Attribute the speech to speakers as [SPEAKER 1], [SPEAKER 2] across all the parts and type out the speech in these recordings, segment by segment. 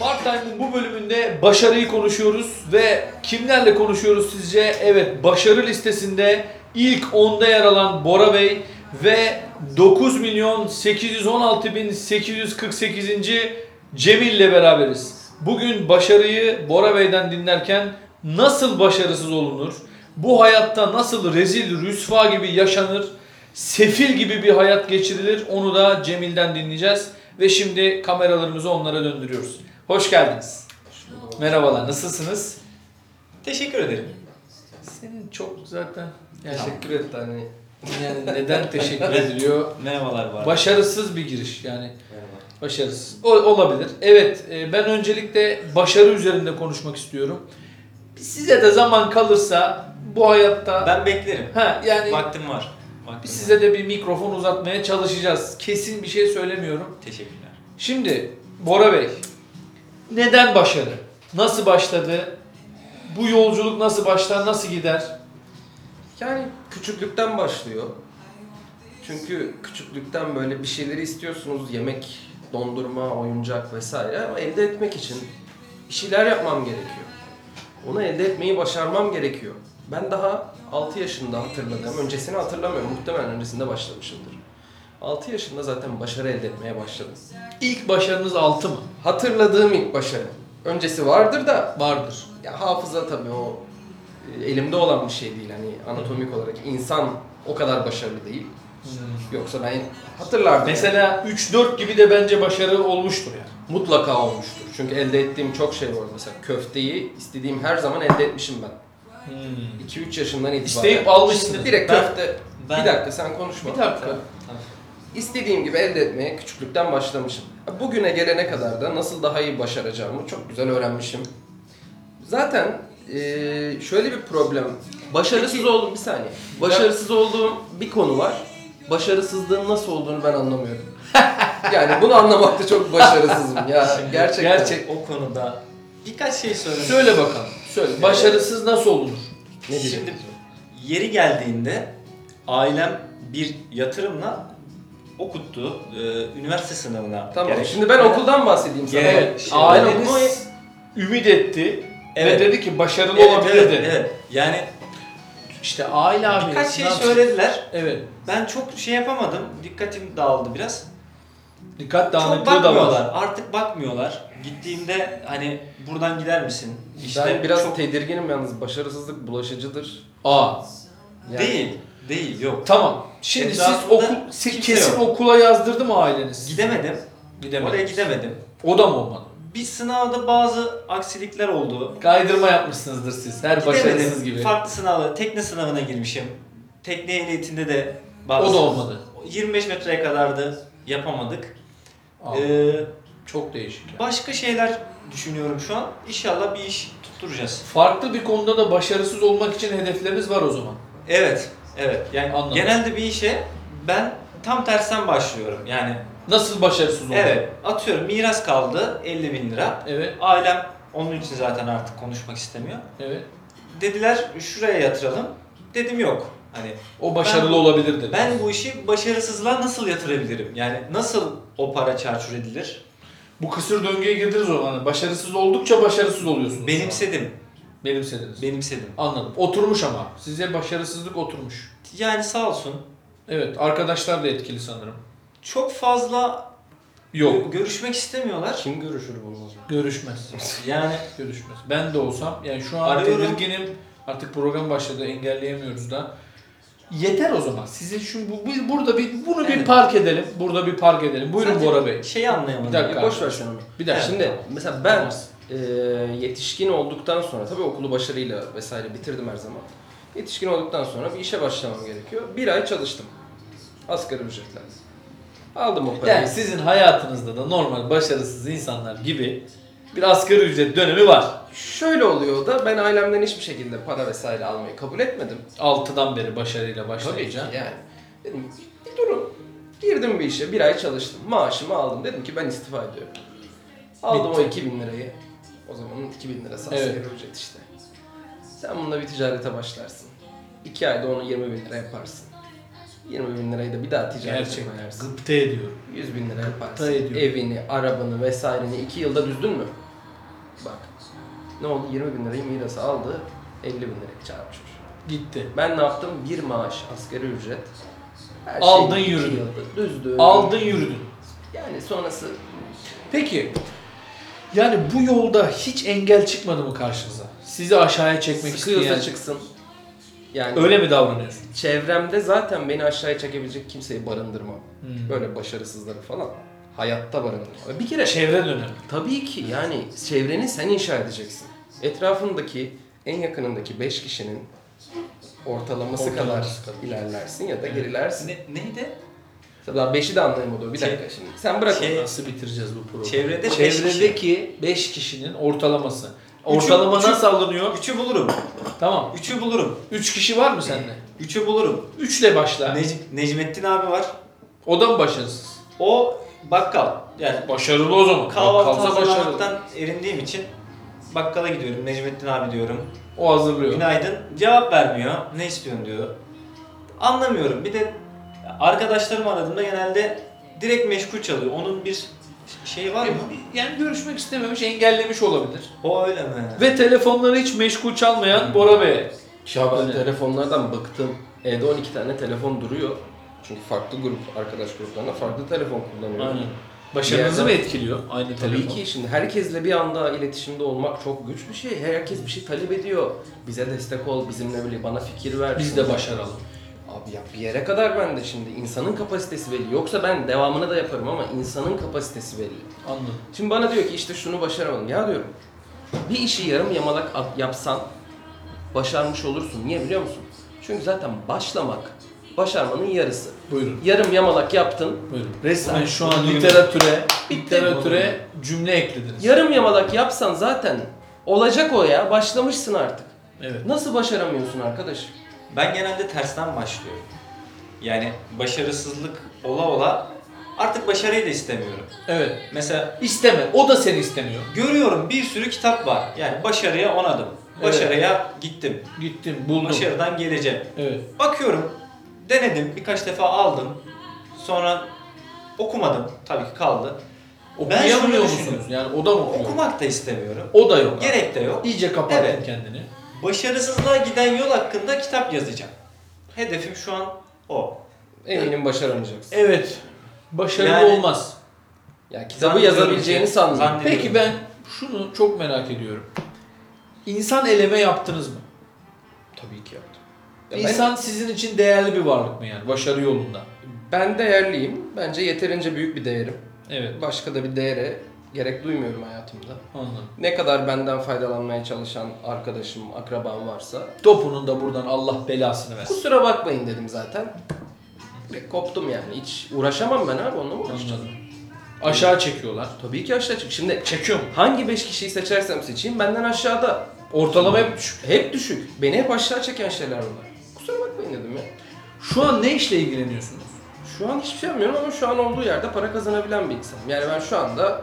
[SPEAKER 1] Lifetime'ın bu bölümünde başarıyı konuşuyoruz ve kimlerle konuşuyoruz sizce? Evet, başarı listesinde ilk 10'da yer alan Bora Bey ve 9 milyon 816 bin 848. Cemil ile beraberiz. Bugün başarıyı Bora Bey'den dinlerken nasıl başarısız olunur? Bu hayatta nasıl rezil, rüsva gibi yaşanır? Sefil gibi bir hayat geçirilir. Onu da Cemil'den dinleyeceğiz. Ve şimdi kameralarımızı onlara döndürüyoruz. Hoş geldiniz. Merhabalar, nasılsınız?
[SPEAKER 2] Teşekkür ederim.
[SPEAKER 1] Senin çok zaten
[SPEAKER 3] Teşekkür et hani.
[SPEAKER 1] yani neden teşekkür ediliyor?
[SPEAKER 2] Merhabalar bu arada.
[SPEAKER 1] Başarısız bir giriş yani.
[SPEAKER 3] Merhaba.
[SPEAKER 1] Başarısız. O, olabilir. Evet e, ben öncelikle başarı üzerinde konuşmak istiyorum. Size de zaman kalırsa bu hayatta
[SPEAKER 2] Ben beklerim.
[SPEAKER 1] ha yani
[SPEAKER 2] Vaktim var. Vaktim var.
[SPEAKER 1] size de bir mikrofon uzatmaya çalışacağız. Kesin bir şey söylemiyorum.
[SPEAKER 2] Teşekkürler.
[SPEAKER 1] Şimdi Bora Bey neden başarı? Nasıl başladı? Bu yolculuk nasıl başlar? Nasıl gider?
[SPEAKER 3] Yani küçüklükten başlıyor. Çünkü küçüklükten böyle bir şeyleri istiyorsunuz. Yemek, dondurma, oyuncak vesaire. Ama elde etmek için bir şeyler yapmam gerekiyor. Onu elde etmeyi başarmam gerekiyor. Ben daha 6 yaşında hatırladım. Öncesini hatırlamıyorum. Muhtemelen öncesinde başlamışımdır. 6 yaşında zaten başarı elde etmeye başladım.
[SPEAKER 1] İlk başarınız altı mı?
[SPEAKER 3] Hatırladığım ilk başarı. Öncesi vardır da
[SPEAKER 1] Vardır.
[SPEAKER 3] Ya hafıza tabii o e, elimde olan bir şey değil hani anatomik olarak insan o kadar başarılı değil. Yoksa ben hatırlardım.
[SPEAKER 1] Hmm. Mesela 3-4 gibi de bence başarı olmuştur yani.
[SPEAKER 3] mutlaka olmuştur. Çünkü elde ettiğim çok şey var mesela köfteyi istediğim her zaman elde etmişim ben. 2-3 yaşından itibaren.
[SPEAKER 1] Hmm. İsteyip almışsınız.
[SPEAKER 3] Şimdi direkt
[SPEAKER 1] Ben-
[SPEAKER 3] köfte.
[SPEAKER 2] ben-
[SPEAKER 3] Bir dakika sen konuşma.
[SPEAKER 1] Bir dakika.
[SPEAKER 3] İstediğim gibi elde etmeye küçüklükten başlamışım. Bugüne gelene kadar da nasıl daha iyi başaracağımı çok güzel öğrenmişim. Zaten eee, şöyle bir problem. Başarısız olduğum bir saniye. Başarısız olduğum bir konu var. Başarısızlığın nasıl olduğunu ben anlamıyorum. yani bunu anlamakta çok başarısızım ya. Gerçekten.
[SPEAKER 1] gerçek-
[SPEAKER 2] O konuda birkaç şey söylemek
[SPEAKER 1] Söyle bakalım. Söyle. Başarısız nasıl olunur?
[SPEAKER 3] Ne diyeceğim?
[SPEAKER 2] Şimdi yeri geldiğinde ailem bir yatırımla okuttu. e, üniversite sınavına.
[SPEAKER 3] Tamam.
[SPEAKER 2] gerek-
[SPEAKER 3] Şimdi ben okuldan bahsedeyim sana.
[SPEAKER 2] Gerek-
[SPEAKER 1] Evet.
[SPEAKER 2] Evet, şey-
[SPEAKER 1] Aileniz
[SPEAKER 3] Ama-
[SPEAKER 1] ümit etti
[SPEAKER 2] Evet.
[SPEAKER 1] ve dedi ki başarılı
[SPEAKER 2] Evet,
[SPEAKER 1] olabilir
[SPEAKER 2] evet,
[SPEAKER 1] dedi.
[SPEAKER 2] evet. Yani
[SPEAKER 1] İşte aile abi.
[SPEAKER 2] birkaç
[SPEAKER 1] ne
[SPEAKER 2] şey
[SPEAKER 1] yapsın?
[SPEAKER 2] söylediler.
[SPEAKER 1] Evet.
[SPEAKER 2] Ben çok şey yapamadım. Dikkatim dağıldı biraz.
[SPEAKER 1] Dikkat
[SPEAKER 2] Çok
[SPEAKER 1] dağınıklığı da var.
[SPEAKER 2] bakmıyorlar. Artık bakmıyorlar. Gittiğimde hani buradan gider misin?
[SPEAKER 3] ben biraz
[SPEAKER 2] çok-
[SPEAKER 3] tedirginim yalnız. Başarısızlık bulaşıcıdır.
[SPEAKER 1] Aa.
[SPEAKER 3] Yani-
[SPEAKER 2] Değil. Değil yok.
[SPEAKER 1] Tamam. Şimdi siz
[SPEAKER 2] Etrafında
[SPEAKER 1] okul siz
[SPEAKER 2] kimse
[SPEAKER 1] kesin
[SPEAKER 2] yok.
[SPEAKER 1] okula yazdırdı mı aileniz?
[SPEAKER 2] Gidemedim. Oraya
[SPEAKER 1] Gidemedim.
[SPEAKER 2] gidemedim.
[SPEAKER 1] O da mı olmadı?
[SPEAKER 2] Bir sınavda bazı aksilikler oldu.
[SPEAKER 1] Kaydırma yapmışsınızdır siz her başarısız gibi.
[SPEAKER 2] Farklı sınavı, tekne sınavına girmişim. Tekne ehliyetinde de bazı...
[SPEAKER 1] O da olmadı.
[SPEAKER 2] 25 metreye kadardı. Yapamadık.
[SPEAKER 1] Aa,
[SPEAKER 2] Ee,
[SPEAKER 1] çok değişik. yani.
[SPEAKER 2] başka şeyler düşünüyorum şu an. İnşallah bir iş tutturacağız.
[SPEAKER 1] Farklı bir konuda da başarısız olmak için hedefleriniz var o zaman.
[SPEAKER 2] Evet. Evet. Yani
[SPEAKER 1] Anladım.
[SPEAKER 2] genelde bir işe ben tam tersten başlıyorum. Yani
[SPEAKER 1] Nasıl başarısız olmak?
[SPEAKER 2] evet atıyorum miras kaldı 50 bin lira.
[SPEAKER 1] Evet.
[SPEAKER 2] Ailem onun için zaten artık konuşmak istemiyor.
[SPEAKER 1] Evet.
[SPEAKER 2] Dediler şuraya yatıralım. Dedim yok. Hani
[SPEAKER 1] O başarılı olabilir dedi.
[SPEAKER 2] ben bu işi başarısızlığa nasıl yatırabilirim? Yani nasıl o para çarçur edilir?
[SPEAKER 1] Bu kısır döngüye girdiniz o zaman. Hani Başarısız oldukça başarısız oluyorsunuz.
[SPEAKER 2] Benimsedim.
[SPEAKER 1] Benimsediniz.
[SPEAKER 2] Benimsedim.
[SPEAKER 1] Anladım. Oturmuş ama. Size başarısızlık oturmuş.
[SPEAKER 2] Yani sağ olsun.
[SPEAKER 1] Evet. Arkadaşlar da etkili sanırım.
[SPEAKER 2] Çok fazla
[SPEAKER 1] Yok.
[SPEAKER 2] gö- görüşmek istemiyorlar.
[SPEAKER 3] Kim görüşür bununla?
[SPEAKER 1] Görüşmez.
[SPEAKER 2] Yani
[SPEAKER 1] Görüşmez. Ben de olsam yani şu an
[SPEAKER 2] Arıyorum.
[SPEAKER 1] tedirginim. Artık program başladı. Engelleyemiyoruz da. Yeter o zaman. Sizin şu bu, bu- burada bir bunu bir
[SPEAKER 2] Evet.
[SPEAKER 1] park edelim. Burada bir park edelim. Buyurun
[SPEAKER 2] sadece
[SPEAKER 1] Bora Bey.
[SPEAKER 2] Şeyi anlayamadım.
[SPEAKER 1] Bir dakika.
[SPEAKER 3] Boş ver sen onu.
[SPEAKER 1] Bir dakika.
[SPEAKER 3] Şimdi mesela ben e, yetişkin olduktan sonra tabii okulu başarıyla vesaire bitirdim her zaman. Yetişkin olduktan sonra bir işe başlamam gerekiyor. Bir ay çalıştım. Asgari ücretle. Aldım o parayı.
[SPEAKER 1] Yani sizin hayatınızda da normal başarısız insanlar gibi bir asgari ücret dönemi var.
[SPEAKER 3] Şöyle oluyor da ben ailemden hiçbir şekilde para vesaire almayı kabul etmedim.
[SPEAKER 1] 6'dan beri başarıyla
[SPEAKER 3] Tabii ki
[SPEAKER 1] başlayacağım.
[SPEAKER 3] yani. Dedim bir durun. Girdim bir işe bir ay çalıştım. Maaşımı aldım. Dedim ki ben istifa ediyorum. Aldım
[SPEAKER 1] Bitti.
[SPEAKER 3] o 2000 lirayı. O zamanın 2000 lirası asgari
[SPEAKER 1] Evet.
[SPEAKER 3] ücret işte. Sen bununla bir ticarete başlarsın. 2 ayda onu 20 bin lira yaparsın. 20 bin lirayı da bir daha ticarete
[SPEAKER 1] Gerçekten
[SPEAKER 3] koyarsın.
[SPEAKER 1] gıpta ediyorum.
[SPEAKER 3] 100 bin lira
[SPEAKER 1] Gıpta
[SPEAKER 3] yaparsın.
[SPEAKER 1] ediyorum.
[SPEAKER 3] Evini, arabanı vesaireni 2 yılda düzdün mü? Bak. Ne oldu? 20 bin lirayı mirası aldı. 50 bin liraya çarpmış.
[SPEAKER 1] Gitti.
[SPEAKER 3] Ben ne yaptım? Bir maaş asgari ücret. Her
[SPEAKER 1] Aldın,
[SPEAKER 3] iki
[SPEAKER 1] yürüdün.
[SPEAKER 3] yıldı, Düzdü.
[SPEAKER 1] Aldın yürüdün.
[SPEAKER 3] Yani sonrası
[SPEAKER 1] Peki yani bu yolda hiç engel çıkmadı mı karşınıza? Sizi aşağıya çekmek
[SPEAKER 3] sıkıyorsa
[SPEAKER 1] isteyen.
[SPEAKER 3] çıksın. Yani
[SPEAKER 1] Öyle mi davranıyorsun?
[SPEAKER 3] çevremde zaten beni aşağıya çekebilecek kimseyi barındırmam.
[SPEAKER 1] Hmm.
[SPEAKER 3] Böyle başarısızları falan hayatta barındırmam. Bir kere
[SPEAKER 1] Çevre dönemi.
[SPEAKER 3] Tabii ki yani çevreni sen inşa edeceksin. Etrafındaki en yakınındaki 5 kişinin ortalaması,
[SPEAKER 1] Ortalaması
[SPEAKER 3] kadar
[SPEAKER 1] kadar.
[SPEAKER 3] ilerlersin ya da gerilersin.
[SPEAKER 2] Ne, neydi?
[SPEAKER 3] Tabii 5'i de anlayamadı o bir
[SPEAKER 2] Çe-
[SPEAKER 3] dakika
[SPEAKER 1] Şey-
[SPEAKER 3] şimdi. Sen bırak
[SPEAKER 2] Çe-
[SPEAKER 3] onu.
[SPEAKER 1] Nasıl bitireceğiz bu programı?
[SPEAKER 2] Çevrede beş
[SPEAKER 1] Çevredeki 5 kişinin ortalaması. Ortalama
[SPEAKER 2] üçü-
[SPEAKER 1] nasıl alınıyor?
[SPEAKER 2] Üçü bulurum.
[SPEAKER 1] Tamam.
[SPEAKER 2] Üçü bulurum.
[SPEAKER 1] 3 kişi var mı sende?
[SPEAKER 2] Üçü bulurum.
[SPEAKER 1] 3 ile başla.
[SPEAKER 2] Nec- Necmettin abi var.
[SPEAKER 1] O da mı başarısız?
[SPEAKER 2] O bakkal. Yani
[SPEAKER 1] Başarılı o zaman.
[SPEAKER 2] kahvaltı
[SPEAKER 1] Kalsa başarılı.
[SPEAKER 2] hazırlamaktan erindiğim için bakkala gidiyorum. Necmettin abi diyorum.
[SPEAKER 1] O hazırlıyor.
[SPEAKER 2] Günaydın. Cevap vermiyor. Ne istiyorsun diyor. Anlamıyorum. Bir de arkadaşlarım aradığımda genelde direkt meşgul çalıyor. Onun bir şeyi var mı?
[SPEAKER 1] Yani görüşmek istememiş, engellemiş olabilir.
[SPEAKER 2] O öyle mi?
[SPEAKER 1] Ve telefonları hiç meşgul çalmayan Bora Bey.
[SPEAKER 3] Ya ben
[SPEAKER 1] Öyle.
[SPEAKER 3] telefonlardan bıktım. Evde 12 tane telefon duruyor. Çünkü farklı grup arkadaş gruplarında farklı telefon kullanıyorum.
[SPEAKER 1] Aynen. Başarınızı mı
[SPEAKER 3] Bir
[SPEAKER 1] etkiliyor aynı
[SPEAKER 3] Tabii
[SPEAKER 1] telefon?
[SPEAKER 3] ki şimdi herkesle bir anda iletişimde olmak çok güç bir şey. Herkes bir şey talep ediyor. Bize destek ol, bizimle birlikte bana fikir ver.
[SPEAKER 1] Biz de başaralım.
[SPEAKER 3] Abi ya bir yere kadar ben de şimdi insanın kapasitesi belli. Yoksa ben devamını da yaparım ama insanın kapasitesi belli.
[SPEAKER 1] Anladım.
[SPEAKER 3] Şimdi bana diyor ki işte şunu başaramadım. Ya diyorum bir işi yarım yamalak at- yapsan başarmış olursun. Niye biliyor musun? Çünkü zaten başlamak başarmanın yarısı.
[SPEAKER 1] Buyurun.
[SPEAKER 3] Yarım yamalak yaptın.
[SPEAKER 1] Buyurun. Resmen
[SPEAKER 2] Ulan
[SPEAKER 1] şu an
[SPEAKER 2] bunu
[SPEAKER 1] literatüre, literatüre cümle eklediniz.
[SPEAKER 3] Yarım yamalak yapsan zaten olacak o ya. Başlamışsın artık.
[SPEAKER 1] Evet.
[SPEAKER 3] Nasıl başaramıyorsun arkadaş?
[SPEAKER 2] Ben genelde tersten başlıyorum. Yani başarısızlık ola ola artık başarıyı da istemiyorum.
[SPEAKER 1] Evet.
[SPEAKER 2] Mesela
[SPEAKER 1] İsteme. O da seni istemiyor.
[SPEAKER 2] görüyorum bir sürü kitap var. Yani başarıya on adım. Başarıya gittim.
[SPEAKER 1] Gittim, buldum.
[SPEAKER 2] Başarıdan geleceğim.
[SPEAKER 1] Evet.
[SPEAKER 2] Bakıyorum, denedim, birkaç defa aldım. Sonra okumadım. Tabii ki kaldı. Ben şunu
[SPEAKER 1] Okuyamıyor musunuz?
[SPEAKER 2] düşünüyorum.
[SPEAKER 1] Yani o da mı okuyor?
[SPEAKER 2] Okumak da istemiyorum.
[SPEAKER 1] O da yok.
[SPEAKER 2] Gerek de yok.
[SPEAKER 1] İyice kapattın
[SPEAKER 2] Evet.
[SPEAKER 1] kendini.
[SPEAKER 2] Başarısızlığa giden yol hakkında kitap yazacağım. Hedefim şu an o.
[SPEAKER 3] Eminim başaramayacaksın.
[SPEAKER 1] Evet. Başarılı
[SPEAKER 2] Yani-
[SPEAKER 1] olmaz.
[SPEAKER 3] Ya kitabı yazabileceğini sanmıyorum.
[SPEAKER 2] Zannediyorum.
[SPEAKER 1] Peki ben şunu çok merak ediyorum. İnsan eleme yaptınız mı?
[SPEAKER 3] Tabii ki yaptım. Ya ben-
[SPEAKER 1] İnsan sizin için değerli bir varlık mı yani başarı yolunda?
[SPEAKER 3] Ben değerliyim. Bence yeterince büyük bir değerim.
[SPEAKER 1] Evet.
[SPEAKER 3] Başka da bir değere gerek duymuyorum hayatımda.
[SPEAKER 1] Anladım.
[SPEAKER 3] Ne kadar benden faydalanmaya çalışan arkadaşım, akrabam varsa
[SPEAKER 1] Topunun da buradan Allah belasını versin.
[SPEAKER 3] kusura bakmayın dedim zaten. Ve koptum yani. Hiç uğraşamam ben abi onunla mı uğraşacağım?
[SPEAKER 1] Anladım. Aşağı çekiyorlar.
[SPEAKER 3] Tabii ki aşağı çık. Şimdi
[SPEAKER 1] Çekiyor mu?
[SPEAKER 3] hangi 5 kişiyi seçersem seçeyim benden aşağıda.
[SPEAKER 1] Ortalama hep düşük.
[SPEAKER 3] Hep düşük. Beni hep aşağı çeken şeyler bunlar. Kusura bakmayın dedim ya.
[SPEAKER 1] Şu an ne işle ilgileniyorsunuz?
[SPEAKER 3] Şu an hiçbir şey yapmıyorum ama şu an olduğu yerde para kazanabilen bir insanım. Yani ben şu anda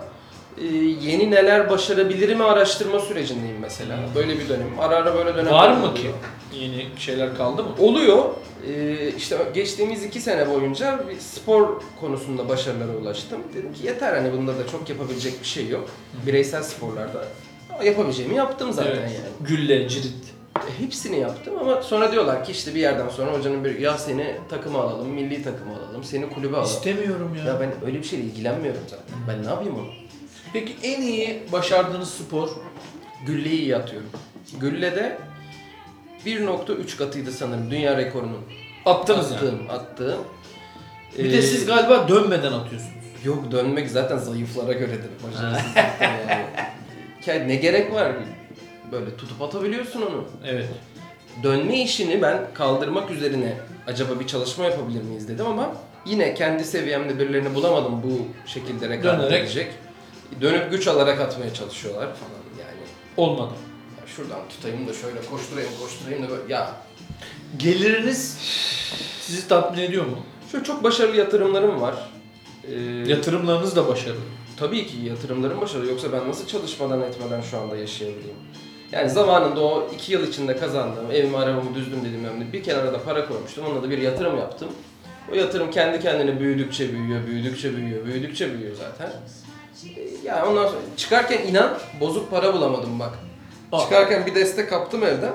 [SPEAKER 3] e, yeni neler başarabilirim araştırma sürecindeyim mesela. Böyle bir dönem. Ara ara böyle dönem.
[SPEAKER 1] Var mı ki? Yeni şeyler kaldı mı?
[SPEAKER 3] Oluyor. E, işte geçtiğimiz iki sene boyunca bir spor konusunda başarılara ulaştım. Dedim ki yeter hani bunda da çok yapabilecek bir şey yok. Bireysel sporlarda. Ama yapabileceğimi yaptım zaten
[SPEAKER 1] Evet.
[SPEAKER 3] yani.
[SPEAKER 1] Gülle, cirit.
[SPEAKER 3] E, Hepsini yaptım ama sonra diyorlar ki işte bir yerden sonra hocanın bir ya seni takıma alalım, milli takıma alalım, seni kulübe alalım.
[SPEAKER 1] İstemiyorum ya.
[SPEAKER 3] Ya ben öyle bir şeyle ilgilenmiyorum zaten. Ben ne yapayım onu?
[SPEAKER 1] Peki en iyi başardığınız spor?
[SPEAKER 3] Gülleyi iyi atıyorum. Güllede 1.3 katıydı sanırım dünya rekorunun.
[SPEAKER 1] Attınız yani.
[SPEAKER 3] Attığım, attığım.
[SPEAKER 1] Bir
[SPEAKER 3] Ee,
[SPEAKER 1] de siz galiba dönmeden atıyorsunuz.
[SPEAKER 3] Yok dönmek zaten zayıflara göredir. Başarısızlıkta yani. Ya ne gerek var? Böyle tutup atabiliyorsun onu.
[SPEAKER 1] Evet.
[SPEAKER 3] Dönme işini ben kaldırmak üzerine acaba bir çalışma yapabilir miyiz dedim ama yine kendi seviyemde birilerini bulamadım bu şekilde rekabet
[SPEAKER 1] Dönerek.
[SPEAKER 3] edecek. Dönüp güç alarak atmaya çalışıyorlar falan yani.
[SPEAKER 1] Olmadı.
[SPEAKER 3] Ya şuradan tutayım da şöyle koşturayım koşturayım da böyle ya.
[SPEAKER 1] Geliriniz sizi tatmin ediyor mu?
[SPEAKER 3] Şöyle çok başarılı yatırımlarım var. Ee,
[SPEAKER 1] Yatırımlarınız da başarılı.
[SPEAKER 3] tabii ki yatırımlarım başarılı yoksa ben nasıl çalışmadan etmeden şu anda yaşayabileyim? Yani zamanında o iki yıl içinde kazandığım evimi arabamı düzdüm dediğim önemli bir kenara da para koymuştum onunla da bir yatırım yaptım. O yatırım kendi kendine büyüdükçe büyüyor, büyüdükçe büyüyor, büyüdükçe büyüyor zaten. Ee, Ya ondan sonra çıkarken inan bozuk para bulamadım bak.
[SPEAKER 1] Bak.
[SPEAKER 3] Çıkarken bir deste kaptım evden.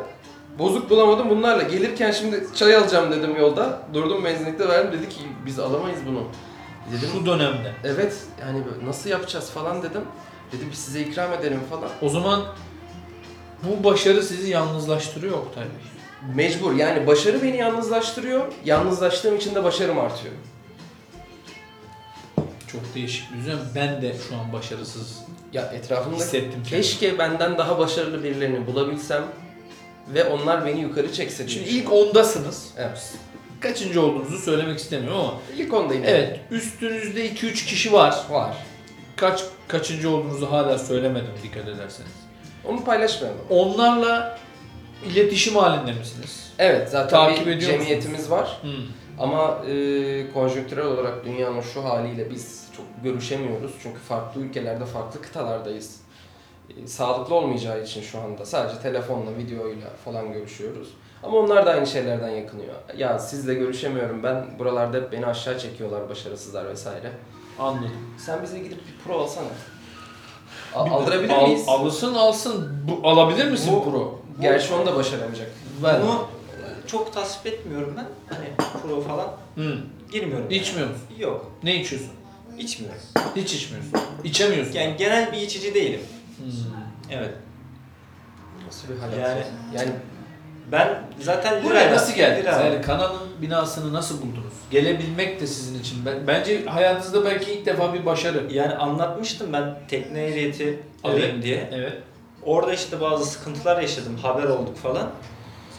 [SPEAKER 3] Bozuk bulamadım bunlarla. Gelirken şimdi çay alacağım dedim yolda. Durdum benzinlikte verdim dedi ki biz alamayız bunu. Dedim
[SPEAKER 1] Şu dönemde.
[SPEAKER 3] evet yani böyle nasıl yapacağız falan dedim. Dedim biz size ikram edelim falan.
[SPEAKER 1] O zaman bu başarı sizi yalnızlaştırıyor Oktay Bey.
[SPEAKER 3] Mecbur yani başarı beni yalnızlaştırıyor. Yalnızlaştığım için de başarım artıyor.
[SPEAKER 1] Çok değişik bir düzen. Ben de şu an başarısız
[SPEAKER 3] Ya etrafımda
[SPEAKER 1] hissettim.
[SPEAKER 3] keşke benden daha başarılı birilerini bulabilsem ve onlar beni yukarı çekse diye
[SPEAKER 1] Şimdi
[SPEAKER 3] düşünüyorum.
[SPEAKER 1] ilk ondasınız.
[SPEAKER 3] Evet.
[SPEAKER 1] Kaçıncı olduğunuzu söylemek istemiyorum ama
[SPEAKER 3] İlk ondayım.
[SPEAKER 1] evet üstünüzde 2-3 kişi var.
[SPEAKER 3] Var.
[SPEAKER 1] Kaç kaçıncı olduğunuzu hala söylemedim dikkat ederseniz.
[SPEAKER 3] Onu paylaşmayalım.
[SPEAKER 1] Onlarla iletişim halinde misiniz?
[SPEAKER 3] Evet zaten
[SPEAKER 1] Takip
[SPEAKER 3] bir
[SPEAKER 1] ediyor musunuz?
[SPEAKER 3] cemiyetimiz var.
[SPEAKER 1] Hı.
[SPEAKER 3] Ama e, konjonktürel olarak dünyanın şu haliyle biz çok görüşemiyoruz. Çünkü farklı ülkelerde, farklı kıtalardayız. E, sağlıklı olmayacağı için şu anda sadece telefonla, videoyla falan görüşüyoruz. Ama onlar da aynı şeylerden yakınıyor. Ya sizle görüşemiyorum ben, buralarda hep beni aşağı çekiyorlar başarısızlar vesaire.
[SPEAKER 1] Anladım.
[SPEAKER 3] Sen bize gidip bir pro alsana. A- aldırabilir
[SPEAKER 1] Al-
[SPEAKER 3] miyiz?
[SPEAKER 1] alsın alsın. Bu, alabilir misin
[SPEAKER 3] Bu-
[SPEAKER 1] pro?
[SPEAKER 3] Gerçi onu da başaramayacak.
[SPEAKER 1] Ver.
[SPEAKER 2] Bunu çok tasvip etmiyorum ben. Hani pro falan
[SPEAKER 1] Hı.
[SPEAKER 2] girmiyorum.
[SPEAKER 1] İçmiyor musun?
[SPEAKER 2] Yok.
[SPEAKER 1] Ne içiyorsun?
[SPEAKER 2] içmiyorum.
[SPEAKER 1] Hiç içmiyorsun. İçemiyorsun.
[SPEAKER 2] Yani genel bir içici değilim.
[SPEAKER 1] Hmm.
[SPEAKER 2] Evet.
[SPEAKER 3] Nasıl bir hayat?
[SPEAKER 2] Yani-
[SPEAKER 3] yani
[SPEAKER 2] Ben zaten
[SPEAKER 1] Buraya
[SPEAKER 2] lirayla-
[SPEAKER 1] nasıl geldiniz?
[SPEAKER 2] lirayla-
[SPEAKER 1] Yani kanalın binasını nasıl buldunuz? Gelebilmek de sizin için. Ben, bence hayatınızda belki ilk defa bir başarı.
[SPEAKER 2] Yani anlatmıştım ben tekne ehliyeti alayım diye.
[SPEAKER 1] Evet.
[SPEAKER 2] Orada işte bazı sıkıntılar yaşadım, haber olduk falan.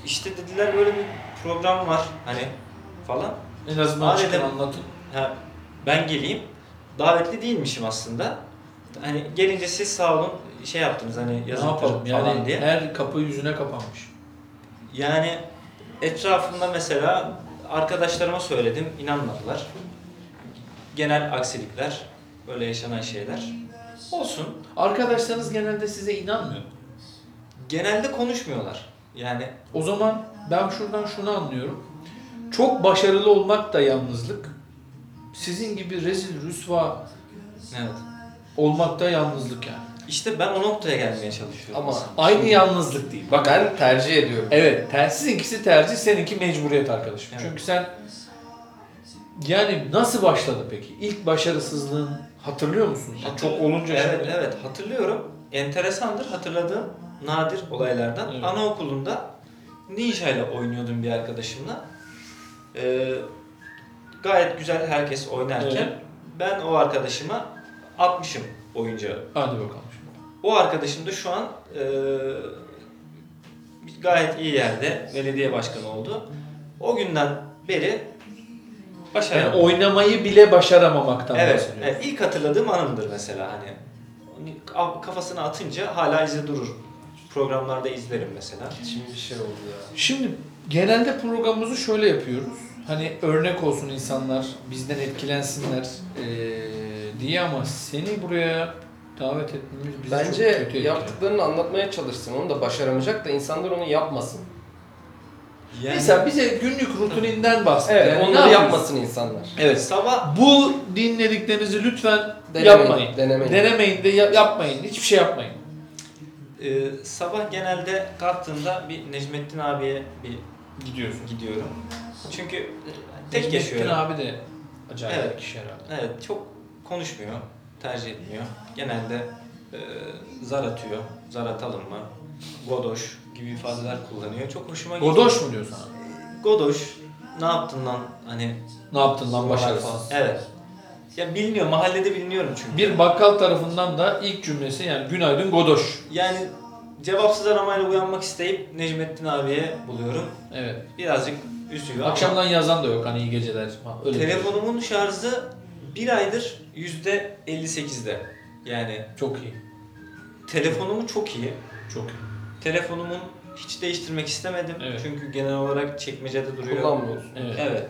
[SPEAKER 2] İşte dediler böyle bir program var hani falan.
[SPEAKER 1] En azından
[SPEAKER 2] Abi
[SPEAKER 1] çıkın
[SPEAKER 2] de-
[SPEAKER 1] anlatın.
[SPEAKER 2] Ha, ben geleyim. Davetli değilmişim aslında. Hani gelince siz sağ olun şey yaptınız hani
[SPEAKER 1] Ne
[SPEAKER 2] yazın
[SPEAKER 1] yapalım?
[SPEAKER 2] falan
[SPEAKER 1] Yani e-
[SPEAKER 2] diye.
[SPEAKER 1] her kapı yüzüne kapanmış.
[SPEAKER 2] Yani etrafımda mesela arkadaşlarıma söyledim, inanmadılar. Genel aksilikler, böyle yaşanan şeyler. Olsun.
[SPEAKER 1] Arkadaşlarınız genelde size inanmıyor.
[SPEAKER 2] Genelde konuşmuyorlar. Yani
[SPEAKER 1] O zaman ben şuradan şunu anlıyorum. Çok başarılı olmak da yalnızlık. Sizin gibi rezil rüsva
[SPEAKER 2] evet.
[SPEAKER 1] olmak da yalnızlık yani.
[SPEAKER 2] İşte ben o noktaya gelmeye çalışıyorum.
[SPEAKER 3] ama
[SPEAKER 1] Aynı yalnızlık değil. Bak
[SPEAKER 3] ben tercih ediyorum.
[SPEAKER 1] Evet, ter- sizinkisi tercih, seninki mecburiyet arkadaşım.
[SPEAKER 2] Evet.
[SPEAKER 1] Çünkü sen yani nasıl başladı peki? İlk başarısızlığın hatırlıyor musun? Ya Çok olunca
[SPEAKER 2] Evet,
[SPEAKER 1] şimdi.
[SPEAKER 2] evet. Hatırlıyorum. Enteresandır hatırladığım nadir olaylardan.
[SPEAKER 1] Evet.
[SPEAKER 2] Anaokulunda Ninja ile oynuyordum bir arkadaşımla. Ee, gayet güzel herkes oynarken
[SPEAKER 1] Evet.
[SPEAKER 2] ben o arkadaşıma atmışım oyuncağı.
[SPEAKER 1] Hadi bakalım şimdi.
[SPEAKER 2] O arkadaşım da şu an eee, gayet iyi yerde belediye başkanı oldu. O günden beri
[SPEAKER 1] Yani
[SPEAKER 2] başaramadım.
[SPEAKER 1] oynamayı bile başaramamaktan
[SPEAKER 2] evet,
[SPEAKER 1] bahsediyorsun.
[SPEAKER 2] evet, ilk hatırladığım anımdır mesela hani. Onu Kafasına atınca hala izi durur. Programlarda izlerim mesela.
[SPEAKER 3] Şimdi bir şey oldu ya.
[SPEAKER 1] Şimdi genelde programımızı şöyle yapıyoruz. Hani örnek olsun insanlar, bizden etkilensinler eee, diye ama seni buraya davet etmemiz bizi çok
[SPEAKER 3] Bence
[SPEAKER 1] kötü etkiledi.
[SPEAKER 3] yaptıklarını anlatmaya çalışsın. Onu da başaramayacak da insanlar onu yapmasın.
[SPEAKER 2] Yani
[SPEAKER 1] Mesela bize günlük rutininden bahset.
[SPEAKER 3] Evet,
[SPEAKER 1] Yani ne
[SPEAKER 3] onları
[SPEAKER 1] yapıyorsun?
[SPEAKER 3] yapmasın insanlar.
[SPEAKER 1] Evet.
[SPEAKER 2] sabah
[SPEAKER 1] Bu dinlediklerinizi lütfen
[SPEAKER 3] Denemeyin,
[SPEAKER 1] yapmayın.
[SPEAKER 3] denemeyin.
[SPEAKER 1] Denemeyin de ya- yapmayın. Hiçbir şey yapmayın.
[SPEAKER 2] eee, e, sabah genelde kalktığımda bir Necmettin abiye bir
[SPEAKER 1] Gidiyorsun.
[SPEAKER 2] gidiyorum. Çünkü e, tek yaşıyorum.
[SPEAKER 1] abi de acayip
[SPEAKER 2] Evet.
[SPEAKER 1] bir kişi herhalde.
[SPEAKER 2] Evet çok konuşmuyor, tercih etmiyor. Genelde e, zar atıyor, zar atalım mı, godoş gibi ifadeler kullanıyor. Çok hoşuma gidiyor.
[SPEAKER 1] Godoş mu diyor sana?
[SPEAKER 2] Godoş, ne yaptın lan hani
[SPEAKER 1] Ne yaptın lan
[SPEAKER 2] falan.
[SPEAKER 1] başarısız?
[SPEAKER 2] Evet. Ya biliniyor, mahallede biliniyorum çünkü.
[SPEAKER 1] Bir bakkal tarafından da ilk cümlesi yani günaydın Godoş.
[SPEAKER 2] Yani cevapsız aramayla uyanmak isteyip Necmettin abiye buluyorum.
[SPEAKER 1] Evet.
[SPEAKER 2] Birazcık üzüyor. ama
[SPEAKER 1] Akşamdan yazan da yok hani iyi geceler falan. Öyle bir-
[SPEAKER 2] telefonumun şarjı bir aydır yüzde %58'de. Yani
[SPEAKER 1] şey. Çok iyi.
[SPEAKER 2] telefonumu çok iyi.
[SPEAKER 1] Çok iyi.
[SPEAKER 2] Telefonumun hiç değiştirmek istemedim.
[SPEAKER 1] Evet.
[SPEAKER 2] Çünkü genel olarak çekmecede duruyor.
[SPEAKER 3] Kullanmıyorsun.
[SPEAKER 1] Evet.
[SPEAKER 2] Evet.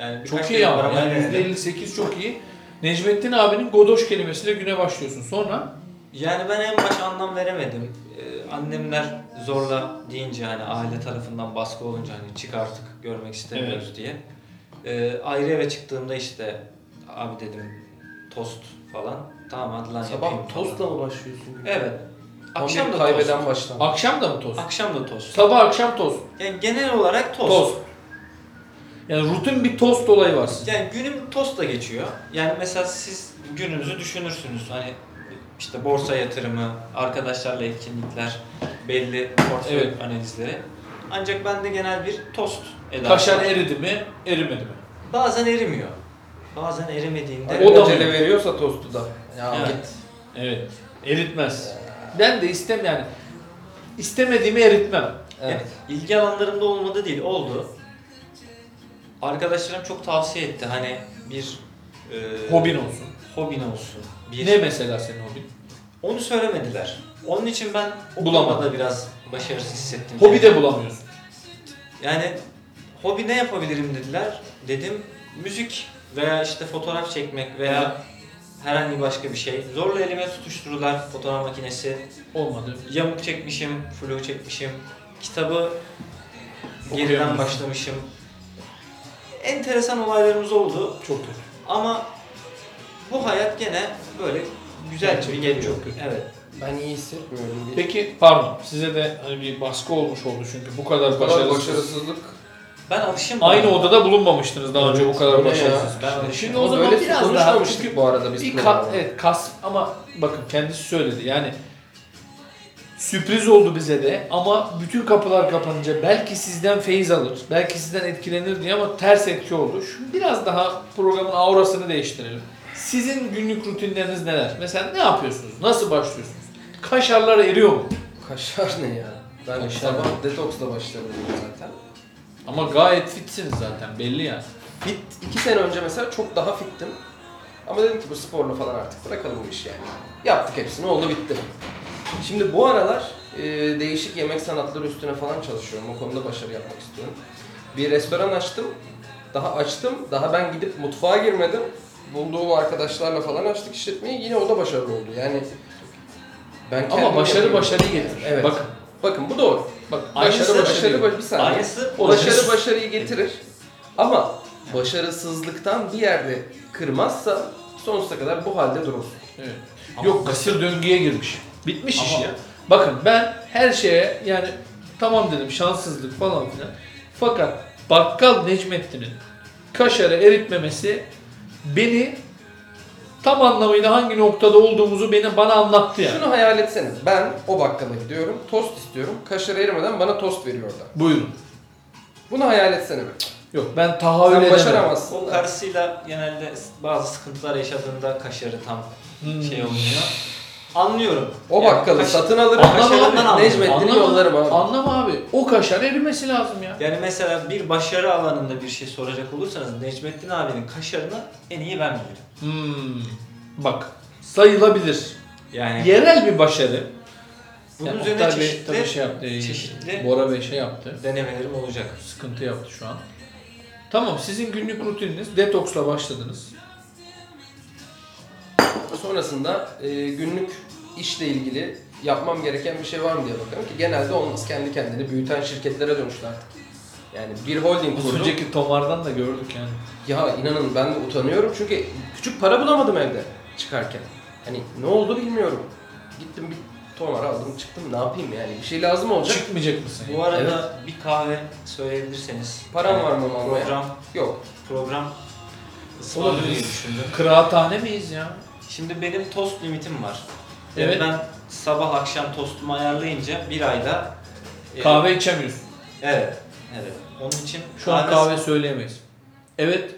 [SPEAKER 2] Yani birkaç
[SPEAKER 1] Çok
[SPEAKER 2] kere
[SPEAKER 1] iyi ama
[SPEAKER 2] aramaya
[SPEAKER 1] yani
[SPEAKER 2] geldim.
[SPEAKER 1] %58 çok iyi. Necmettin abinin Godoş kelimesiyle güne başlıyorsun. Sonra
[SPEAKER 2] Yani ben en başta anlam veremedim. Ee, annemler zorla deyince hani aile tarafından baskı olunca hani çık artık görmek istemiyoruz diye. Ee, ayrı eve çıktığımda işte abi dedim tost falan. Tamam hadi lan yapayım
[SPEAKER 3] Sabah
[SPEAKER 2] falan.
[SPEAKER 3] tostla mı başlıyorsun?
[SPEAKER 2] Evet.
[SPEAKER 3] Tam
[SPEAKER 2] Akşam
[SPEAKER 3] bir
[SPEAKER 2] da
[SPEAKER 3] kaybeden
[SPEAKER 2] tost.
[SPEAKER 3] başlama.
[SPEAKER 1] Akşam da mı tost?
[SPEAKER 2] Akşam da tost.
[SPEAKER 1] Sabah akşam tost.
[SPEAKER 2] Yani genel olarak tost.
[SPEAKER 1] Tost. Yani rutin bir tost olayı var sizde.
[SPEAKER 2] Yani günüm tostla geçiyor. Yani mesela siz gününüzü düşünürsünüz. Hani işte borsa yatırımı, arkadaşlarla etkinlikler, belli portföy
[SPEAKER 1] Evet.
[SPEAKER 2] analizleri. Ancak bende genel bir tost edası.
[SPEAKER 1] Kaşar
[SPEAKER 2] var.
[SPEAKER 1] eridi mi, erimedi mi?
[SPEAKER 2] Bazen erimiyor. Bazen eremediğinde
[SPEAKER 1] O
[SPEAKER 3] O
[SPEAKER 1] da
[SPEAKER 3] da
[SPEAKER 1] mı?
[SPEAKER 3] veriyorsa tostu da. Ya
[SPEAKER 2] Evet.
[SPEAKER 3] git.
[SPEAKER 1] Evet. Eritmez. Ben de istem yani istemediğimi eritmem.
[SPEAKER 2] Yani
[SPEAKER 3] Evet.
[SPEAKER 2] ilgi alanlarımda olmadı değil, oldu. Arkadaşlarım çok tavsiye etti hani bir e,
[SPEAKER 1] Hobin olsun.
[SPEAKER 2] hobin olsun. Bir,
[SPEAKER 1] Ne mesela senin hobin?
[SPEAKER 2] Onu söylemediler. Onun için ben o
[SPEAKER 1] Bulamadım.
[SPEAKER 2] konuda biraz başarısız hissettim.
[SPEAKER 1] Hobi de bulamıyorsun.
[SPEAKER 2] Yani hobi ne yapabilirim dediler. Dedim müzik veya işte fotoğraf çekmek veya herhangi başka bir şey. Zorla elime tutuştururlar fotoğraf makinesi.
[SPEAKER 1] Olmadı.
[SPEAKER 2] Yamuk çekmişim, flu çekmişim. Kitabı
[SPEAKER 1] Okuyor
[SPEAKER 2] geriden
[SPEAKER 1] musun?
[SPEAKER 2] başlamışım. Enteresan olaylarımız oldu
[SPEAKER 1] Çok kötü.
[SPEAKER 2] ama bu hayat gene böyle güzel gibi geliyor.
[SPEAKER 1] Çok kötü.
[SPEAKER 2] Evet.
[SPEAKER 3] Ben iyi hissetmiyorum. Bir-
[SPEAKER 1] Peki pardon size de hani bir baskı olmuş oldu çünkü bu kadar
[SPEAKER 3] Bu kadar
[SPEAKER 1] başarısız.
[SPEAKER 3] başarısızlık.
[SPEAKER 2] Ben alışım.
[SPEAKER 1] Aynı odada bulunmamıştınız daha önce bu kadar
[SPEAKER 3] öyle ya.
[SPEAKER 1] başarısız.
[SPEAKER 2] Ben alışım.
[SPEAKER 1] Şimdi
[SPEAKER 3] Ama
[SPEAKER 1] o zaman
[SPEAKER 3] böylesi
[SPEAKER 1] biraz daha
[SPEAKER 3] şey. konuşmamıştık
[SPEAKER 1] çünkü
[SPEAKER 3] bu arada biz.
[SPEAKER 1] bir
[SPEAKER 3] programda.
[SPEAKER 1] kat, evet, kas ama bakın kendisi söyledi yani sürpriz oldu bize de ama bütün kapılar kapanınca belki sizden feyiz alır, belki sizden etkilenir diye ama ters etki oldu. Şimdi biraz daha programın aurasını değiştirelim. Sizin günlük rutinleriniz neler? Mesela ne yapıyorsunuz? Nasıl başlıyorsunuz? Kaşarlar eriyor mu?
[SPEAKER 3] Kaşar ne ya? Ben
[SPEAKER 1] Kaşar.
[SPEAKER 3] sabah detoksla başladım zaten.
[SPEAKER 1] Ama gayet fitsiniz zaten belli yani.
[SPEAKER 3] Fit, iki sene önce mesela çok daha fittim. Ama dedim ki bu sporla falan artık bırakalım bu işi yani. Yaptık hepsini oldu bitti. Şimdi bu aralar e, değişik yemek sanatları üstüne falan çalışıyorum. O konuda başarı yapmak istiyorum. Bir restoran açtım. Daha açtım. Daha ben gidip mutfağa girmedim. Bulduğum arkadaşlarla falan açtık işletmeyi. Yine o da başarılı oldu. Yani ben kendim
[SPEAKER 1] Ama başarı
[SPEAKER 3] yapıyorum.
[SPEAKER 1] başarıyı getirir.
[SPEAKER 3] Evet.
[SPEAKER 1] Bakın.
[SPEAKER 3] Bakın bu doğru.
[SPEAKER 1] Bak,
[SPEAKER 2] Aynısı
[SPEAKER 3] Başarı başarı,
[SPEAKER 1] başarıyı-
[SPEAKER 3] başarı bir saniye.
[SPEAKER 2] Aynısı
[SPEAKER 3] Başarı başarıyı getirir. Ama başarısızlıktan bir yerde kırmazsa sonsuza kadar bu halde durur.
[SPEAKER 1] Evet.
[SPEAKER 2] Ama-
[SPEAKER 1] Yok kısır döngüye girmiş. Bitmiş iş
[SPEAKER 2] Ama-
[SPEAKER 1] ya. Bakın ben her şeye yani tamam dedim şanssızlık falan filan. Fakat bakkal Necmettin'in kaşarı eritmemesi beni tam anlamıyla hangi noktada olduğumuzu beni bana anlattı yani.
[SPEAKER 3] Şunu hayal etseniz. Ben o bakkala gidiyorum, tost istiyorum. Kaşar erimeden bana tost veriyor orada.
[SPEAKER 1] Buyurun.
[SPEAKER 3] Bunu hayal etsene. be.
[SPEAKER 1] Yok ben tahayyül
[SPEAKER 3] Sen
[SPEAKER 1] edemem.
[SPEAKER 3] başaramazsın.
[SPEAKER 2] O karısıyla genelde bazı sıkıntılar yaşadığında kaşarı tam
[SPEAKER 1] Hmm.
[SPEAKER 2] şey olmuyor. Anlıyorum.
[SPEAKER 3] O
[SPEAKER 2] Yani
[SPEAKER 3] bakkalı
[SPEAKER 2] kaş-
[SPEAKER 3] satın alırım.
[SPEAKER 1] Anlam
[SPEAKER 2] Kaşarından
[SPEAKER 1] abi.
[SPEAKER 2] anladım.
[SPEAKER 3] Necmettin'i
[SPEAKER 1] Anlam-
[SPEAKER 3] yollarım abi.
[SPEAKER 1] Anlam abi. O kaşar erimesi lazım ya.
[SPEAKER 2] Yani mesela bir başarı alanında bir şey soracak olursanız Necmettin abinin kaşarını en iyi ben bilirim.
[SPEAKER 1] Hmm. Bak sayılabilir.
[SPEAKER 2] Yani
[SPEAKER 1] Yerel bir başarı.
[SPEAKER 2] bunun
[SPEAKER 1] Yani
[SPEAKER 2] üzerine
[SPEAKER 1] Oktay Bey
[SPEAKER 2] çeşitli
[SPEAKER 1] tabii şey yaptı. e,
[SPEAKER 2] çeşitli-
[SPEAKER 1] Bora Bey şey yaptı.
[SPEAKER 2] denemelerim olacak.
[SPEAKER 1] Sıkıntı yaptı şu an. Tamam sizin günlük rutininiz detoksla başladınız.
[SPEAKER 3] Sonrasında e, günlük işle ilgili yapmam gereken bir şey var mı diye bakarım ki genelde olmaz. Kendi kendini büyüten şirketlere dönüştü artık. Yani bir holding
[SPEAKER 1] Az
[SPEAKER 3] kurdum.
[SPEAKER 1] önceki Tomar'dan da gördük yani.
[SPEAKER 3] Ya inanın ben de utanıyorum çünkü küçük para bulamadım evde çıkarken. Hani ne oldu bilmiyorum. Gittim bir tomar aldım çıktım ne yapayım yani bir şey lazım olacak.
[SPEAKER 1] Çıkmayacak mısın?
[SPEAKER 2] Bu arada bir kahve söyleyebilirseniz.
[SPEAKER 3] Param
[SPEAKER 2] Yani
[SPEAKER 3] var mı mamaya?
[SPEAKER 2] Program,
[SPEAKER 3] Yok.
[SPEAKER 2] program ısmarlıyor diye düşündüm.
[SPEAKER 1] Kıraathane miyiz ya?
[SPEAKER 2] Şimdi benim tost limitim var.
[SPEAKER 1] Evet.
[SPEAKER 2] Evet. Ben sabah akşam tostumu ayarlayınca bir ayda e,
[SPEAKER 1] Kahve içemiyorsun.
[SPEAKER 2] Evet. Evet. Onun için
[SPEAKER 1] Şu an kahve söyleyemeyiz. Evet.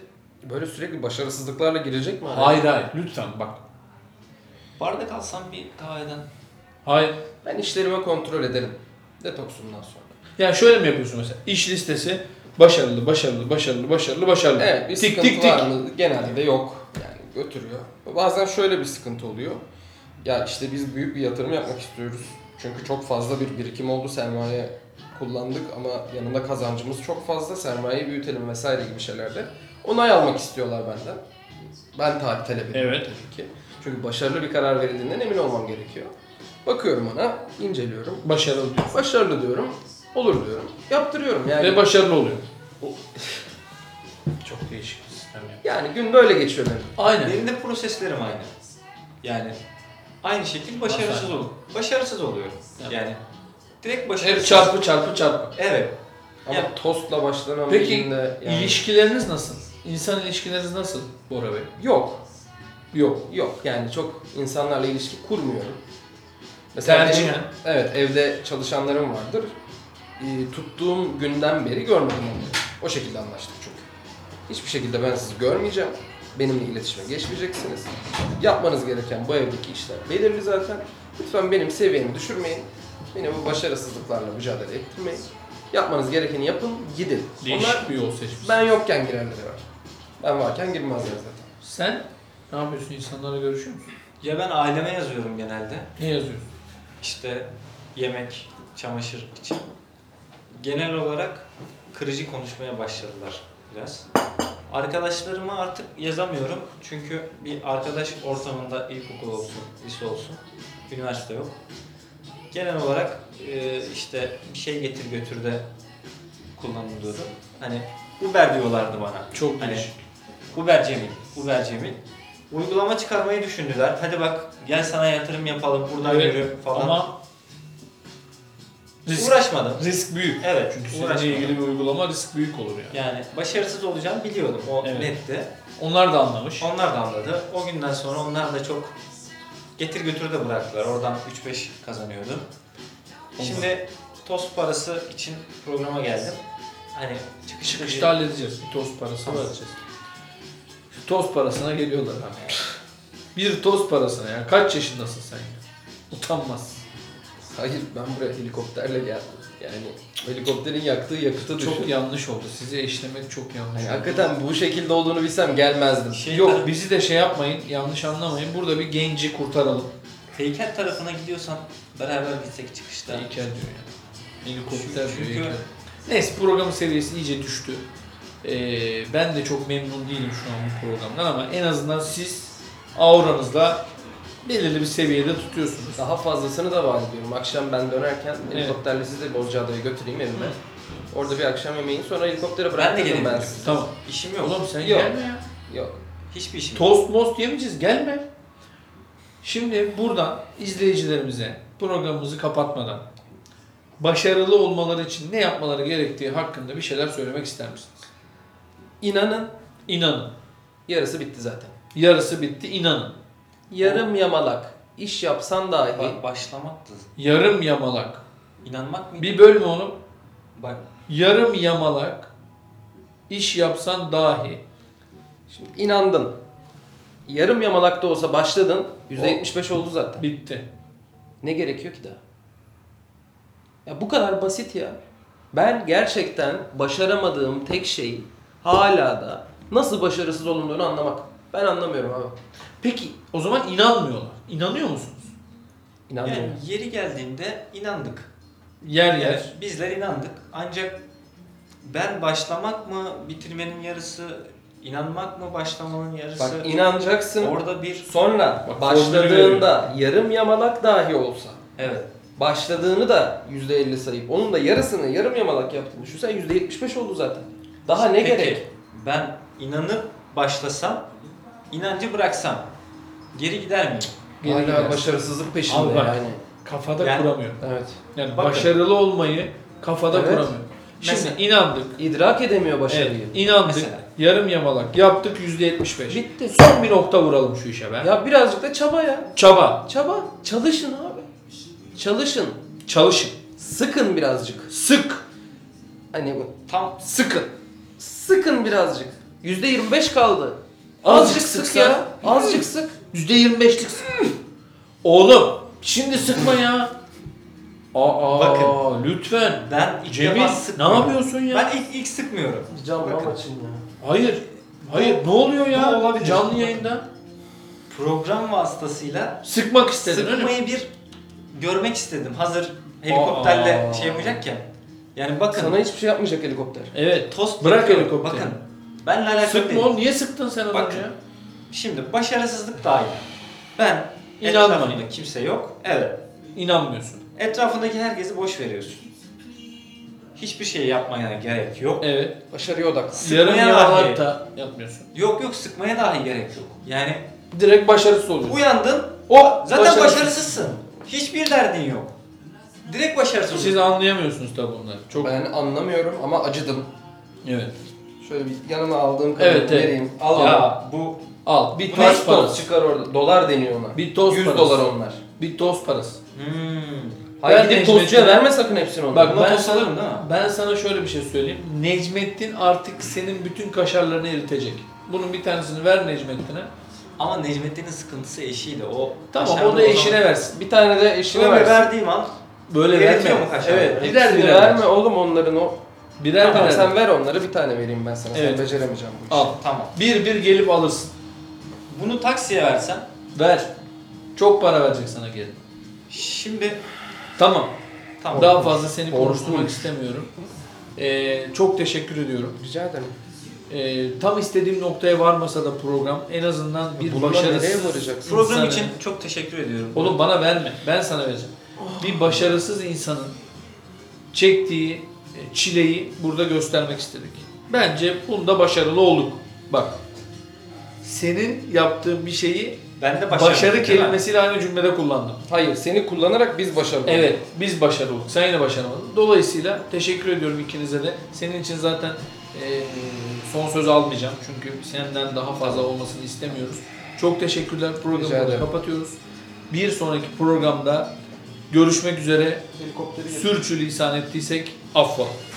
[SPEAKER 3] Böyle sürekli başarısızlıklarla girecek mi? araya?
[SPEAKER 1] Hayır hayır. Lütfen bak.
[SPEAKER 2] bardak alsam bir kahveden.
[SPEAKER 1] Hayır.
[SPEAKER 3] Ben işlerimi kontrol ederim. Detoksumdan sonra.
[SPEAKER 1] Yani şöyle mi yapıyorsun mesela? İş listesi başarılı, başarılı, başarılı, başarılı, başarılı.
[SPEAKER 3] Evet bir
[SPEAKER 1] tik
[SPEAKER 3] sıkıntı
[SPEAKER 1] tik tik.
[SPEAKER 3] var mı? Genelde de yok. Yani götürüyor. Bazen şöyle bir sıkıntı oluyor. Ya işte biz büyük bir yatırım yapmak istiyoruz. Çünkü çok fazla bir birikim oldu sermaye kullandık ama yanında kazancımız çok fazla sermayeyi büyütelim vesaire gibi şeylerde. Onay almak istiyorlar benden. Ben ta talep ediyorum
[SPEAKER 1] Evet.
[SPEAKER 3] tabii ki. Çünkü başarılı bir karar verildiğinden emin olmam gerekiyor. Bakıyorum ona, inceliyorum.
[SPEAKER 1] Başarılı diyor.
[SPEAKER 3] Başarılı diyorum, olur diyorum. Yaptırıyorum yani.
[SPEAKER 1] Ve başarılı oluyor.
[SPEAKER 3] O-
[SPEAKER 1] Çok değişik bir sistem ya.
[SPEAKER 3] Yani gün böyle geçiyor benim.
[SPEAKER 1] Aynen.
[SPEAKER 2] Benim de proseslerim aynı. Yani aynı şekil başarısız ol. Başarısız oluyorum.
[SPEAKER 1] Evet.
[SPEAKER 2] Yani direkt
[SPEAKER 1] Hep
[SPEAKER 2] başarısız.
[SPEAKER 1] çarpı çarpı çarpı.
[SPEAKER 2] Evet.
[SPEAKER 3] Ama
[SPEAKER 2] Ya.
[SPEAKER 3] tostla başlanan
[SPEAKER 1] Peki,
[SPEAKER 3] bir günde yani-
[SPEAKER 1] İlişkileriniz nasıl? İnsan ilişkileriniz nasıl Bora Bey?
[SPEAKER 3] Yok. Yok, yok. Yani çok insanlarla ilişki kurmuyorum.
[SPEAKER 1] Tercihen.
[SPEAKER 3] benim- evet, evde çalışanlarım vardır. Ee, tuttuğum günden beri görmedim onları. O şekilde anlaştık çünkü. Hiçbir şekilde ben sizi görmeyeceğim. Benimle iletişime geçmeyeceksiniz. Yapmanız gereken bu evdeki işler belirli zaten. Lütfen benim seviyemi düşürmeyin. Beni bu başarısızlıklarla mücadele ettirmeyin. Yapmanız gerekeni yapın, gidin. Onlar
[SPEAKER 1] bir yol seçmiş.
[SPEAKER 3] ben yokken girerleri var. Ben varken girmezler zaten.
[SPEAKER 1] Sen ne yapıyorsun? İnsanlarla görüşüyor musun?
[SPEAKER 2] Ya ben aileme yazıyorum genelde.
[SPEAKER 1] Ne yazıyorsun?
[SPEAKER 2] İşte yemek, çamaşır için. Genel olarak kırıcı konuşmaya başladılar biraz. Arkadaşlarıma artık yazamıyorum. Çünkü bir arkadaş ortamında ilkokul olsun, lise olsun, üniversite yok. Genel olarak e, işte bir şey getir götürde kullanılıyordu. Hani Uber diyorlardı bana.
[SPEAKER 1] Çok
[SPEAKER 2] Hani-
[SPEAKER 1] değişik.
[SPEAKER 2] Uber Cemil, Uber Cemil. Uygulama çıkarmayı düşündüler. Hadi bak gel sana yatırım yapalım buradan
[SPEAKER 1] Evet,
[SPEAKER 2] yürü falan.
[SPEAKER 1] Ama risk,
[SPEAKER 2] Uğraşmadım.
[SPEAKER 1] risk büyük.
[SPEAKER 2] Evet.
[SPEAKER 1] Çünkü
[SPEAKER 2] uğraşmadım.
[SPEAKER 1] seninle ilgili bir uygulama risk büyük olur yani.
[SPEAKER 2] Yani başarısız olacağımı biliyordum. O
[SPEAKER 1] Evet.
[SPEAKER 2] netti.
[SPEAKER 1] Onlar da anlamış.
[SPEAKER 2] Onlar da anladı. O günden sonra onlar da çok getir götür de bıraktılar. Oradan 3-5 kazanıyordum.
[SPEAKER 1] Olmaz.
[SPEAKER 2] Şimdi tost parası için programa geldim. Hani çıkış
[SPEAKER 1] Çıkışta halledeceğiz. Bir toz parasını vereceğiz. Şu toz parasına geliyorlar abi. Bir toz parasına ya. Kaç yaşındasın sen ya? Utanmaz.
[SPEAKER 3] Hayır ben buraya helikopterle geldim. Yani helikopterin yaktığı yakıtı düşün.
[SPEAKER 1] Çok yanlış oldu. Sizi eşlemek çok yanlış
[SPEAKER 3] Yani
[SPEAKER 1] oldu.
[SPEAKER 3] hakikaten bu şekilde olduğunu bilsem gelmezdim.
[SPEAKER 2] şey
[SPEAKER 1] Yok bizi de şey yapmayın. Yanlış anlamayın. Burada bir genci kurtaralım.
[SPEAKER 2] heykel tarafına gidiyorsan beraber gitsek çıkışta.
[SPEAKER 1] Heykel diyor yani. Helikopter
[SPEAKER 2] Çünkü-
[SPEAKER 1] diyor heykel. Neyse programın seviyesi iyice düştü. Ee, ben de çok memnun değilim şu an bu programdan ama en azından siz auranızla belirli bir seviyede tutuyorsunuz.
[SPEAKER 3] Daha fazlasını da vaat ediyorum. Akşam ben dönerken helikopterle sizi Bozcaada'ya götüreyim evime. Orada bir akşam yemeğin sonra helikoptere bırakırım
[SPEAKER 2] gelirim
[SPEAKER 3] ben
[SPEAKER 2] diyorum.
[SPEAKER 3] sizi.
[SPEAKER 1] Tamam.
[SPEAKER 2] İşim yok.
[SPEAKER 1] Oğlum sen
[SPEAKER 3] Yok.
[SPEAKER 1] gelme ya.
[SPEAKER 3] Yok.
[SPEAKER 2] Hiçbir işim yok.
[SPEAKER 1] Tost most yemeyeceğiz gelme. Şimdi buradan izleyicilerimize programımızı kapatmadan başarılı olmaları için ne yapmaları gerektiği hakkında bir şeyler söylemek ister misiniz?
[SPEAKER 3] İnanın
[SPEAKER 1] İnanın.
[SPEAKER 3] yarısı bitti zaten.
[SPEAKER 1] Yarısı bitti inanın.
[SPEAKER 3] Yarım yamalak iş yapsan dahi
[SPEAKER 2] Ba- başlamaktı.
[SPEAKER 1] Yarım yamalak.
[SPEAKER 2] İnanmak mıydı?
[SPEAKER 1] Bir bölme onu.
[SPEAKER 2] Bak
[SPEAKER 1] Yarım yamalak iş yapsan dahi.
[SPEAKER 3] Şimdi inandın. Yarım yamalak da olsa başladın. %75 oldu zaten.
[SPEAKER 1] Bitti.
[SPEAKER 3] Ne gerekiyor ki daha? Ya bu kadar basit ya. Ben gerçekten başaramadığım tek şey hala da nasıl başarısız olunduğunu anlamak. Ben anlamıyorum abi.
[SPEAKER 1] Peki o zaman inanmıyorlar. İnanıyor musunuz?
[SPEAKER 3] İnanmıyorum.
[SPEAKER 2] yani yeri geldiğinde inandık.
[SPEAKER 1] Yer
[SPEAKER 2] Yani
[SPEAKER 1] yer.
[SPEAKER 2] bizler inandık. Ancak ben başlamak mı bitirmenin yarısı, inanmak mı başlamanın yarısı?
[SPEAKER 3] Bak inanacaksın.
[SPEAKER 2] orada bir
[SPEAKER 3] Sonra
[SPEAKER 1] Bak,
[SPEAKER 3] başladığında yarım yamalak dahi olsa
[SPEAKER 2] evet.
[SPEAKER 3] başladığını da %50 sayıp onun da yarısını yarım yamalak yaptığını düşünsen %75 oldu zaten. Daha ne
[SPEAKER 2] Peki,
[SPEAKER 3] gerek?
[SPEAKER 2] Ben inanıp başlasam, inancı bıraksam geri gider miyim?
[SPEAKER 1] Geri
[SPEAKER 3] Hala
[SPEAKER 1] gidersin.
[SPEAKER 3] başarısızlık peşinde
[SPEAKER 1] Al bak.
[SPEAKER 3] yani.
[SPEAKER 1] Kafada
[SPEAKER 2] Yani-
[SPEAKER 1] kuramıyor.
[SPEAKER 3] Evet.
[SPEAKER 1] Yani
[SPEAKER 2] Bakın.
[SPEAKER 1] başarılı olmayı kafada
[SPEAKER 3] Evet.
[SPEAKER 1] kuramıyor. Şimdi
[SPEAKER 2] Mesela-
[SPEAKER 1] inandık.
[SPEAKER 3] İdrak edemiyor başarıyı.
[SPEAKER 1] Evet, inandık.
[SPEAKER 2] Mesela.
[SPEAKER 1] Yarım yamalak yaptık %75.
[SPEAKER 3] Bitti.
[SPEAKER 1] Son bir nokta vuralım şu işe be.
[SPEAKER 3] Ya birazcık da çaba ya.
[SPEAKER 1] Çaba,
[SPEAKER 3] Çaba, çalışın abi. Çalışın.
[SPEAKER 1] çalışın,
[SPEAKER 3] Sıkın birazcık.
[SPEAKER 1] sık,
[SPEAKER 3] Hani bu.
[SPEAKER 2] Tam
[SPEAKER 1] sıkın.
[SPEAKER 3] Sıkın birazcık. Yüzde 25 kaldı.
[SPEAKER 1] Azıcık
[SPEAKER 3] Azıcık, sık
[SPEAKER 1] sıksan.
[SPEAKER 3] ya. Azıcık sık.
[SPEAKER 1] %25'lik sık. Oğlum, şimdi sıkma ya. Aa,
[SPEAKER 2] Bakın.
[SPEAKER 1] lütfen.
[SPEAKER 2] ben ilk
[SPEAKER 1] Cemil,
[SPEAKER 2] defa
[SPEAKER 1] ne
[SPEAKER 2] sıkmıyorum.
[SPEAKER 1] yapıyorsun ya?
[SPEAKER 2] Ben ilk, ilk sıkmıyorum.
[SPEAKER 3] Cam
[SPEAKER 2] Bakın.
[SPEAKER 3] açın ya.
[SPEAKER 1] Hayır, hayır. Ne oluyor
[SPEAKER 2] Bu
[SPEAKER 1] ya?
[SPEAKER 2] olabilir.
[SPEAKER 1] Canlı yayında.
[SPEAKER 2] Program vasıtasıyla
[SPEAKER 1] Sıkmak istedin öyle mi?
[SPEAKER 2] Sıkmayı bir görmek istedim. Hazır helikopterle
[SPEAKER 1] Aa.
[SPEAKER 2] şey yapacakken. Yani bakın.
[SPEAKER 3] Sana hiçbir şey yapmayacak helikopter.
[SPEAKER 1] Evet.
[SPEAKER 2] tost
[SPEAKER 1] Bırak
[SPEAKER 2] yapıyorum.
[SPEAKER 1] helikopteri.
[SPEAKER 2] Bakın. Benle alakalı
[SPEAKER 1] Sıkma
[SPEAKER 2] değil.
[SPEAKER 1] oğlum. Niye sıktın sen adamı
[SPEAKER 2] Bakın.
[SPEAKER 1] ya?
[SPEAKER 2] Şimdi başarısızlık dahil. Ben
[SPEAKER 1] İnanmayın.
[SPEAKER 2] etrafında kimse yok. Evet.
[SPEAKER 1] İnanmıyorsun.
[SPEAKER 2] Etrafındaki herkesi boş veriyorsun. hiçbir şey yapmaya gerek yok.
[SPEAKER 1] Evet.
[SPEAKER 3] Başarıya odaklı.
[SPEAKER 1] Yarım
[SPEAKER 2] Sıkmaya
[SPEAKER 1] yamalak
[SPEAKER 2] dahi.
[SPEAKER 1] da yapmıyorsun.
[SPEAKER 2] Yok yok sıkmaya dahi gerek yok. Yani
[SPEAKER 1] Direkt başarısız oluyorsun.
[SPEAKER 2] uyandın
[SPEAKER 1] O
[SPEAKER 2] zaten başarısızsın. Hiçbir derdin yok. Direkt başarısız.
[SPEAKER 1] Siz anlayamıyorsunuz tabi bunları. Çok
[SPEAKER 3] Ben anlamıyorum ama acıdım.
[SPEAKER 1] evet.
[SPEAKER 3] Şöyle bir yanıma aldığım kadar
[SPEAKER 1] Evet, evet.
[SPEAKER 3] vereyim. Al
[SPEAKER 1] Ya,
[SPEAKER 3] baba.
[SPEAKER 2] bu
[SPEAKER 1] Al bir
[SPEAKER 3] Bir
[SPEAKER 1] toz
[SPEAKER 3] toz
[SPEAKER 1] parası.
[SPEAKER 3] çıkar orada. Dolar deniyor ona.
[SPEAKER 1] Bir toz
[SPEAKER 3] 100
[SPEAKER 1] parası.
[SPEAKER 3] dolar onlar.
[SPEAKER 1] Bir toz parası.
[SPEAKER 2] hmm.
[SPEAKER 3] Hayır
[SPEAKER 1] de
[SPEAKER 3] gidip
[SPEAKER 1] toz-
[SPEAKER 3] tostçuya verme sakın hepsini ona.
[SPEAKER 1] Bak,
[SPEAKER 2] Buna
[SPEAKER 1] ben-
[SPEAKER 2] tost alırım değil mi?
[SPEAKER 1] Ben sana şöyle bir şey söyleyeyim. Necmettin artık senin bütün kaşarlarını eritecek. Bunun bir tanesini ver Necmettin'e.
[SPEAKER 2] Ama Necmettin'in sıkıntısı eşiyle o.
[SPEAKER 1] Tamam
[SPEAKER 2] aşağıda
[SPEAKER 1] o da
[SPEAKER 2] zaman-
[SPEAKER 1] eşine versin.
[SPEAKER 3] bir tane de eşine
[SPEAKER 2] Şöyle
[SPEAKER 3] versin.
[SPEAKER 2] verdiğim an
[SPEAKER 1] Böyle
[SPEAKER 2] Eritiyor
[SPEAKER 1] verme.
[SPEAKER 2] mu kaşarı?
[SPEAKER 1] Evet.
[SPEAKER 3] Hepsini
[SPEAKER 1] Birer birer.
[SPEAKER 3] verme
[SPEAKER 1] ver.
[SPEAKER 3] oğlum onların o.
[SPEAKER 1] Birer
[SPEAKER 3] Tamam,
[SPEAKER 1] birer. ver.
[SPEAKER 3] sen ver onları bir tane vereyim ben sana.
[SPEAKER 1] Evet.
[SPEAKER 3] Sen beceremeyeceğim bu işi.
[SPEAKER 1] Al.
[SPEAKER 2] tamam.
[SPEAKER 1] Bir bir gelip alırsın.
[SPEAKER 2] Bunu taksiye versen
[SPEAKER 1] Ver. Çok para verecek sana geri.
[SPEAKER 2] şimdi
[SPEAKER 1] Tamam.
[SPEAKER 2] tamam.
[SPEAKER 1] Daha fazla seni
[SPEAKER 3] Borçluyum.
[SPEAKER 1] konuşturmak istemiyorum. Ee, çok teşekkür ediyorum.
[SPEAKER 3] Rica ederim.
[SPEAKER 1] Ee, tam istediğim noktaya varmasa da program en azından bir
[SPEAKER 3] Bulana nereye
[SPEAKER 1] başarısız
[SPEAKER 3] varacaksın?
[SPEAKER 2] Program
[SPEAKER 1] insanı-
[SPEAKER 2] için çok teşekkür ediyorum.
[SPEAKER 1] Oğlum bana verme. Ben sana vereceğim. Bir başarısız insanın çektiği e, çileyi burada göstermek istedik. Bence bunda başarılı olduk. Bak. Senin yaptığın bir şeyi
[SPEAKER 2] Ben de başarılı,
[SPEAKER 1] başarı,
[SPEAKER 2] değil mi?
[SPEAKER 1] kelimesiyle aynı cümlede kullandım.
[SPEAKER 3] Hayır seni kullanarak biz başarılı
[SPEAKER 1] Evet, biz başarılı olduk. Sen yine başaramadın. Dolayısıyla teşekkür ediyorum ikinize de. Senin için zaten e, son söz almayacağım. Çünkü senden daha fazla olmasını istemiyoruz. Çok teşekkürler. Programı
[SPEAKER 3] Rica
[SPEAKER 1] burada
[SPEAKER 3] ederim.
[SPEAKER 1] kapatıyoruz. Bir sonraki programda görüşmek üzere.
[SPEAKER 3] Helikopteri
[SPEAKER 1] Sürçülisan ettiysek affola.